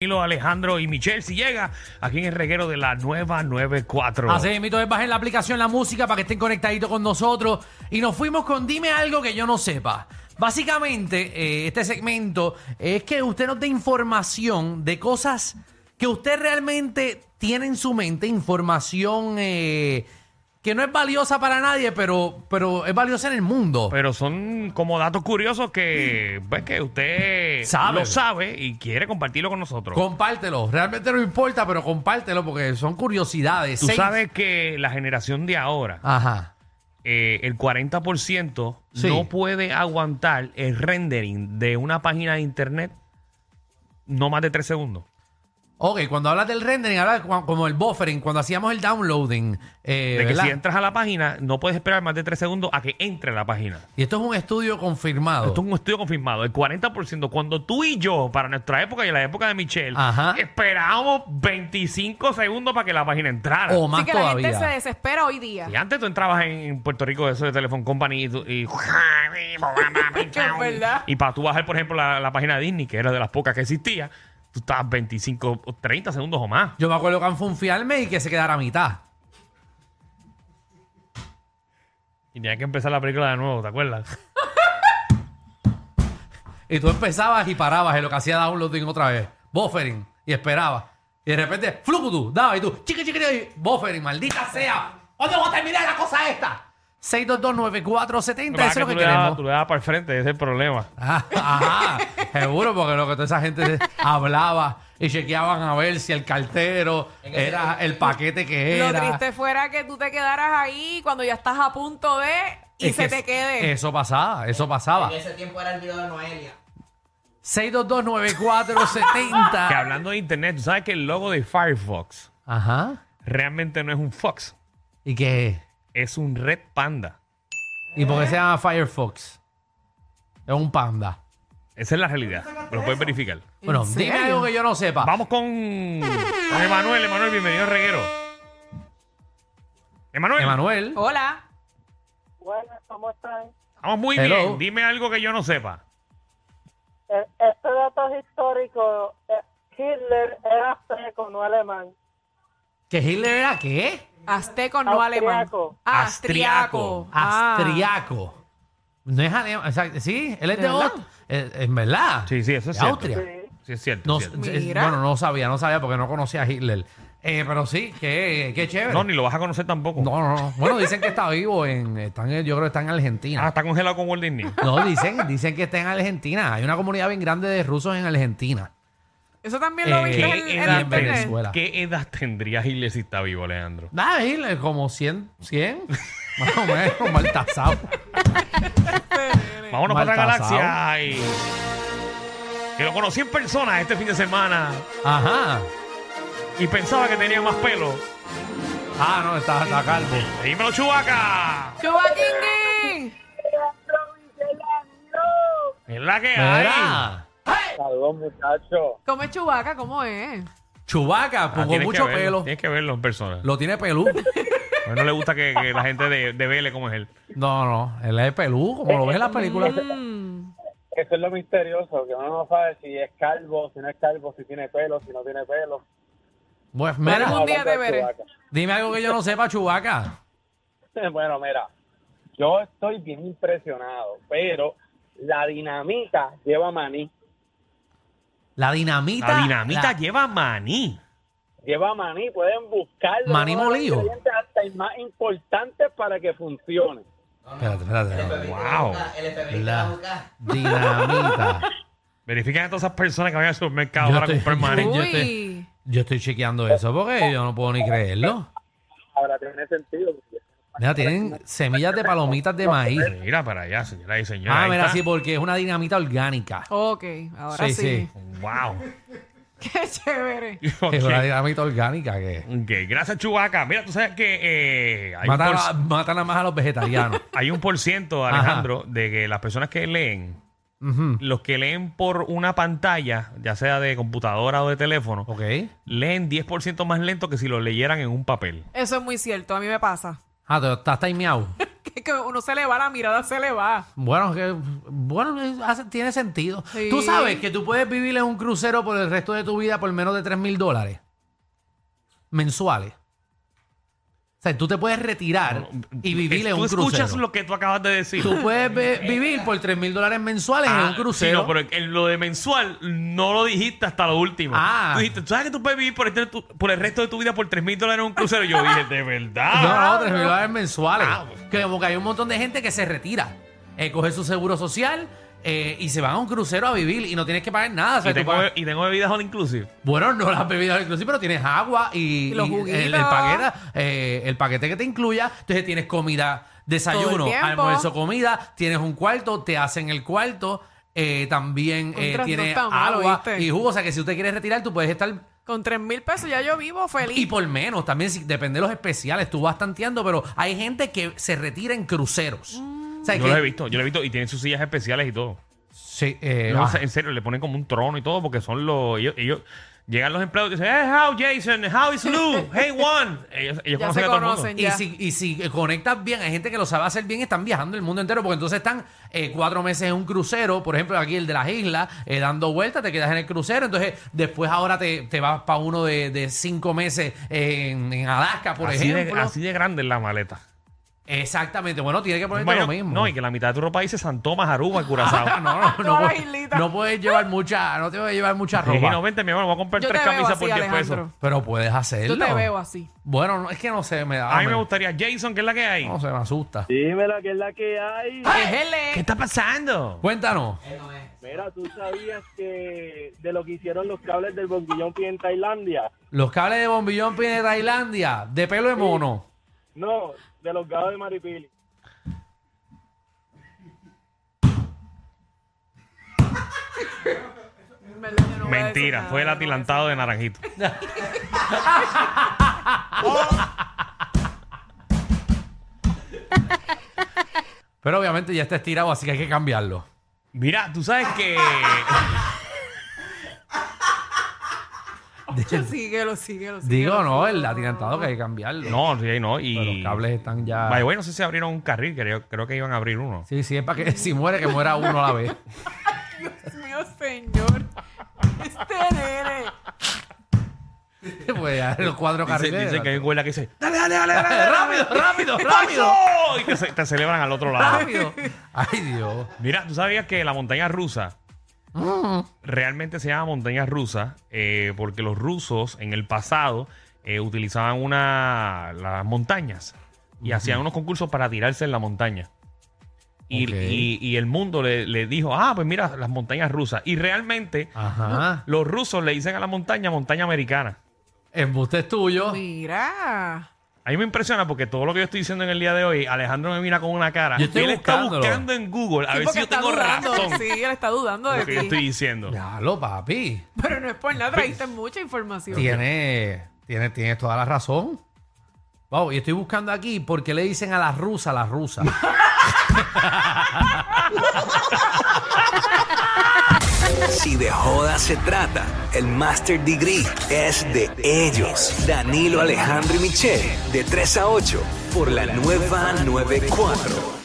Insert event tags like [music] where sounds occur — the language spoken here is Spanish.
Danilo, Alejandro y Michelle, si llega aquí en el reguero de la nueva 94. Así mito es bajen la aplicación La Música para que estén conectaditos con nosotros. Y nos fuimos con Dime algo que yo no sepa. Básicamente, eh, este segmento es que usted nos dé información de cosas que usted realmente tiene en su mente, información eh, que no es valiosa para nadie, pero, pero es valiosa en el mundo. Pero son como datos curiosos que, pues, que usted Sabe. lo sabe y quiere compartirlo con nosotros. Compártelo, realmente no importa, pero compártelo porque son curiosidades. Tú Seis- sabes que la generación de ahora, Ajá. eh, el 40% Sí. no puede aguantar el rendering de una página de internet no más de 3 segundos. Ok, cuando hablas del rendering, hablas cua- como el buffering, cuando hacíamos el downloading. eh, de que ¿verdad? si entras a la página, no puedes esperar más de 3 segundos a que entre a la página. Y esto es un estudio confirmado. Esto es un estudio confirmado. El 40%, cuando tú y yo, para nuestra época y la época de Michelle, Ajá. esperábamos 25 segundos para que la página entrara. O Así más que la gente se todavía. desespera hoy día. Y antes tú entrabas en Puerto Rico eso de Telephone Company y, tú- [laughs] y, es verdad. y para tú bajar, por ejemplo, la, la página de Disney, que era de las pocas que existía, tú estabas 25 o 30 segundos o más. Yo me acuerdo que anfunfiarme y que se quedara a mitad. Y tenías que empezar la película de nuevo, ¿te acuerdas? [laughs] Y tú empezabas y parabas en lo que hacía downloading otra vez. Buffering. Y esperabas. Y de repente, flucutu, daba y tú, chiqui, chiqui, chiqui, buffering, maldita sea. ¿Cuándo va a terminar la cosa esta? 6229470, eso Lo es que tú le lo que dabas- queremos. tú le dabas para el frente, ese es el problema. Ah, [laughs] Ajá, seguro, porque lo que toda esa gente hablaba y chequeaban a ver si el cartero era el paquete que Lo era. triste fuera que tú te quedaras ahí cuando ya estás a punto de y Es que se te quede. Eso pasaba, eso pasaba. En ese tiempo era el video de Noelia. 6229470. Que Ah. hablando de internet, tú sabes que el logo de Firefox Ajá. realmente no es un Fox, ¿Y qué? es un Red Panda. ¿Y por qué se llama Firefox? Es un panda. Esa es la realidad. Lo puedes verificar. Bueno, ¿En dime serio? algo que yo no sepa. Vamos con, con Emanuel. Emanuel, bienvenido al reguero. Emanuel, Emanuel. Hola. Bueno, ¿cómo están? estamos muy Hello. bien. Dime algo que yo no sepa. Eh, Este dato es histórico. Eh, Hitler era azteco, no alemán. ¿Que Hitler era qué? Azteco no alemán. Austriaco. Astriaco. Austriaco. No es alemán. exacto, Sí, él es de, ¿De verdad? Austria. Eh, En verdad. Sí, sí, eso es De cierto. Austria. Sí. Sí, es cierto. No, es cierto. eh, Mira. bueno, no sabía, no sabía porque no conocía a Hitler. Eh, pero sí, qué, qué chévere. No, ni lo vas a conocer tampoco. No, no, no. Bueno, dicen que está vivo en. Están, en- yo creo que está en Argentina. Ah, está congelado con Walt Disney. No, dicen, dicen que está en Argentina. Hay una comunidad bien grande de rusos en Argentina. Ah. Eso también lo Eh, [laughs] viste ¿Qué en, el- en y edad, en internet. Venezuela. ¿Qué edad tendría Hitler si está vivo, Alejandro? Nada, Hitler, como 100, 100. Más o menos, [laughs] mal tasado. Vámonos para otra Maltasao. galaxia. y- Que lo conocí en persona este fin de semana Ajá. y pensaba que tenía más pelo. Ah, no, está, está calvo. Dímelo, Chubaca. Chubaquingui. Es la que hay. Ah, Mira. Saludos, muchachos. ¿Cómo es Chubaca? ¿Cómo es? Chubaca, Ah, pues con tienes mucho que verlo, pelo. Tienes que verlo en persona. Lo tiene pelú. A él no le gusta que, que la gente de, de Vélez como es él. No, no, él es pelú, como lo ves en las películas. Mm. Eso es lo misterioso, que uno no sabe si es calvo, si no es calvo, si tiene pelo, si no tiene pelo. Pues mira, Algún día te veré. dime algo que yo no sepa, Chubaca. [laughs] Bueno, mira, yo estoy bien impresionado, pero la dinamita lleva maní. La dinamita. La dinamita la- lleva maní. Lleva maní, pueden buscarlo. Maní Uno de los molido. ingredientes Hasta el más importante para que funcione. Espérate, espérate. El espérate. FBI Wow. te busca, El FBI te va a La buscar. dinamita. Verifican a todas esas personas que van al supermercado Yo para estoy- comprar maní. Yo te- Uy. Yo estoy chequeando eso porque yo no puedo ni creerlo. Ahora tiene sentido. porque- Mira, tienen semillas de palomitas de maíz. Mira para allá, señora y señora. Ah, Ahí mira, está. sí, porque es una dinamita orgánica. Ok, ahora sí. Sí, sí. Wow. [laughs] Qué chévere. Ok. [laughs] Es una dinamita orgánica que Ok, Gracias, Chubaca. Mira, tú sabes que eh, hay, un matan, por, a, matan nada más a los vegetarianos. hay un por ciento, Ajá. Alejandro, de que las personas que leen, Ujú. los que leen por una pantalla, ya sea de computadora o de teléfono, Ok. leen 10% más lento que si lo leyeran en un papel. Eso es muy cierto, a mí me pasa. [laughs] Ah, te- estás timeado. Es que uno se le va, la mirada se le va. Bueno, que- bueno eh, hace- tiene sentido. Sí. Tú sabes que tú puedes vivir en un crucero por el resto de tu vida por menos de 3 mil dólares mensuales. O sea, tú te puedes retirar y vivir en Tú un escuchas crucero. lo que tú acabas de decir. Tú puedes ve- vivir por 3 mil dólares mensuales en Ah, un crucero. sí, no, pero en lo de mensual no lo dijiste hasta lo último. Ah. Tú dijiste, ¿tú sabes que tú puedes vivir por el, tre- tu- por el resto de tu vida por 3 mil dólares en un crucero? Yo dije, ¿de verdad? No, no, 3 mil dólares mensuales. Ah, pues. que como que hay un montón de gente que se retira, eh, coge su seguro social eh, y se van a un crucero a vivir y no tienes que pagar nada. o sea, Y tú tengo, pagas- y tengo bebidas all inclusive. Bueno, no las bebidas inclusive, pero tienes agua y, Y los y juguitos. el, el paquete, eh, el paquete que te incluya. Entonces tienes comida, desayuno, tiempo. almuerzo, comida. Tienes un cuarto, te hacen el cuarto. eh, también eh, Contras, no tienes está malo, agua ¿viste? y jugo. O sea que si usted quiere retirar, tú puedes estar Con tres mil pesos ya yo vivo feliz. y por menos también, si, depende de los especiales, tú vas tanteando, pero hay gente que se retira en cruceros. Mm. O sea, Yo que- lo he visto, yo lo he visto. Y tienen sus sillas especiales y todo. Sí, eh, No, ah, o sea, en serio, le ponen como un trono y todo porque son los... Ellos, ellos- llegan los empleados y dicen, hey, how Jason, how is Lou, hey, Juan. Ellos, ellos Ya conocen se a todo el mundo. conocen. y, ya. si, y si conectas bien, hay gente que lo sabe hacer bien y están viajando el mundo entero, porque entonces están eh, cuatro meses en un crucero, por ejemplo, aquí el de las islas, eh, dando vueltas, te quedas en el crucero, entonces después ahora te, te vas para uno de, de cinco meses en, en Alaska, por así, ejemplo. de, así de grande es la maleta. Exactamente, bueno, tiene que Es ponerte mayor- lo mismo. No, y que la mitad de tu ropa dice San Tomás, [laughs] Aruba, Ah, Curazao. [laughs] no, no, no, Todas las puedes- islitas. no puedes llevar mucha, no te puedes llevar mucha Y ropa. no, vente, mi hermano, voy a comprar Yo tres te veo camisas así, por 10 Alejandro. pesos. Pero puedes hacerlo. Yo te veo así. Bueno, no, es que no sé, me da. A mí me gustaría Jason, que es la que hay. No se me asusta. Dímela que es la que hay. Déjele. ¿Qué está pasando? Cuéntanos. Él no es. Mira, ¿tú sabías que de lo que hicieron los cables del bombillo en Tailandia? Los cables de bombillón piden de Tailandia, de pelo de mono. No, de los gados de Maripili. En verdad, yo no voy a decir Mentira, nada, fue el yo no voy a decir atilantado de Naranjito. Pero obviamente ya está estirado, así que hay que cambiarlo. Mira, tú sabes [laughs] que. [laughs] Yo síguelo, síguelo, síguelo. Digo, no, el atirantado que hay que cambiarlo. No, sí, no. Pero Y. los cables están ya. By the way, no sé si abrieron un carril, creo, creo que iban a abrir uno. Sí, sí, es para que si muere, que muera uno a la [laughs] vez. Dios mío, señor. Este nene. pues ya, los cuatro Dicen, carriles. dicen que hay un güey que dice: ¡Dale, rápido, rápido, rápido. Y te, ce- te celebran al otro [laughs] lado. rápido. Ay, Dios. Mira, tú sabías que la montaña rusa Ah. realmente se llama montaña rusa eh, porque los rusos en el pasado eh, utilizaban una las montañas y hacían unos concursos para tirarse en la montaña. Y, Ok. y- y el mundo le, le dijo, ah, pues mira, las montañas rusas. Y realmente Ajá. los rusos le dicen a la montaña montaña americana. Embuste es tuyo. Mira. A mí me impresiona porque todo lo que yo estoy diciendo en el día de hoy, Alejandro me mira con una cara. Yo estoy y él está buscándolo. buscando en Google a Sí, ver porque si yo está tengo dudando. razón Sí, él está dudando de lo de que yo estoy ti. diciendo. Ya lo, papi. Pero no es por nada, trajiste mucha información. Tiene, tiene, tiene toda la razón. Wow, y estoy buscando aquí por qué le dicen a las rusas las rusas. Si de joda se trata, el Master Degree es de ellos. Danilo Alejandro y Michelle, de 3 a 8, por la nueva 94.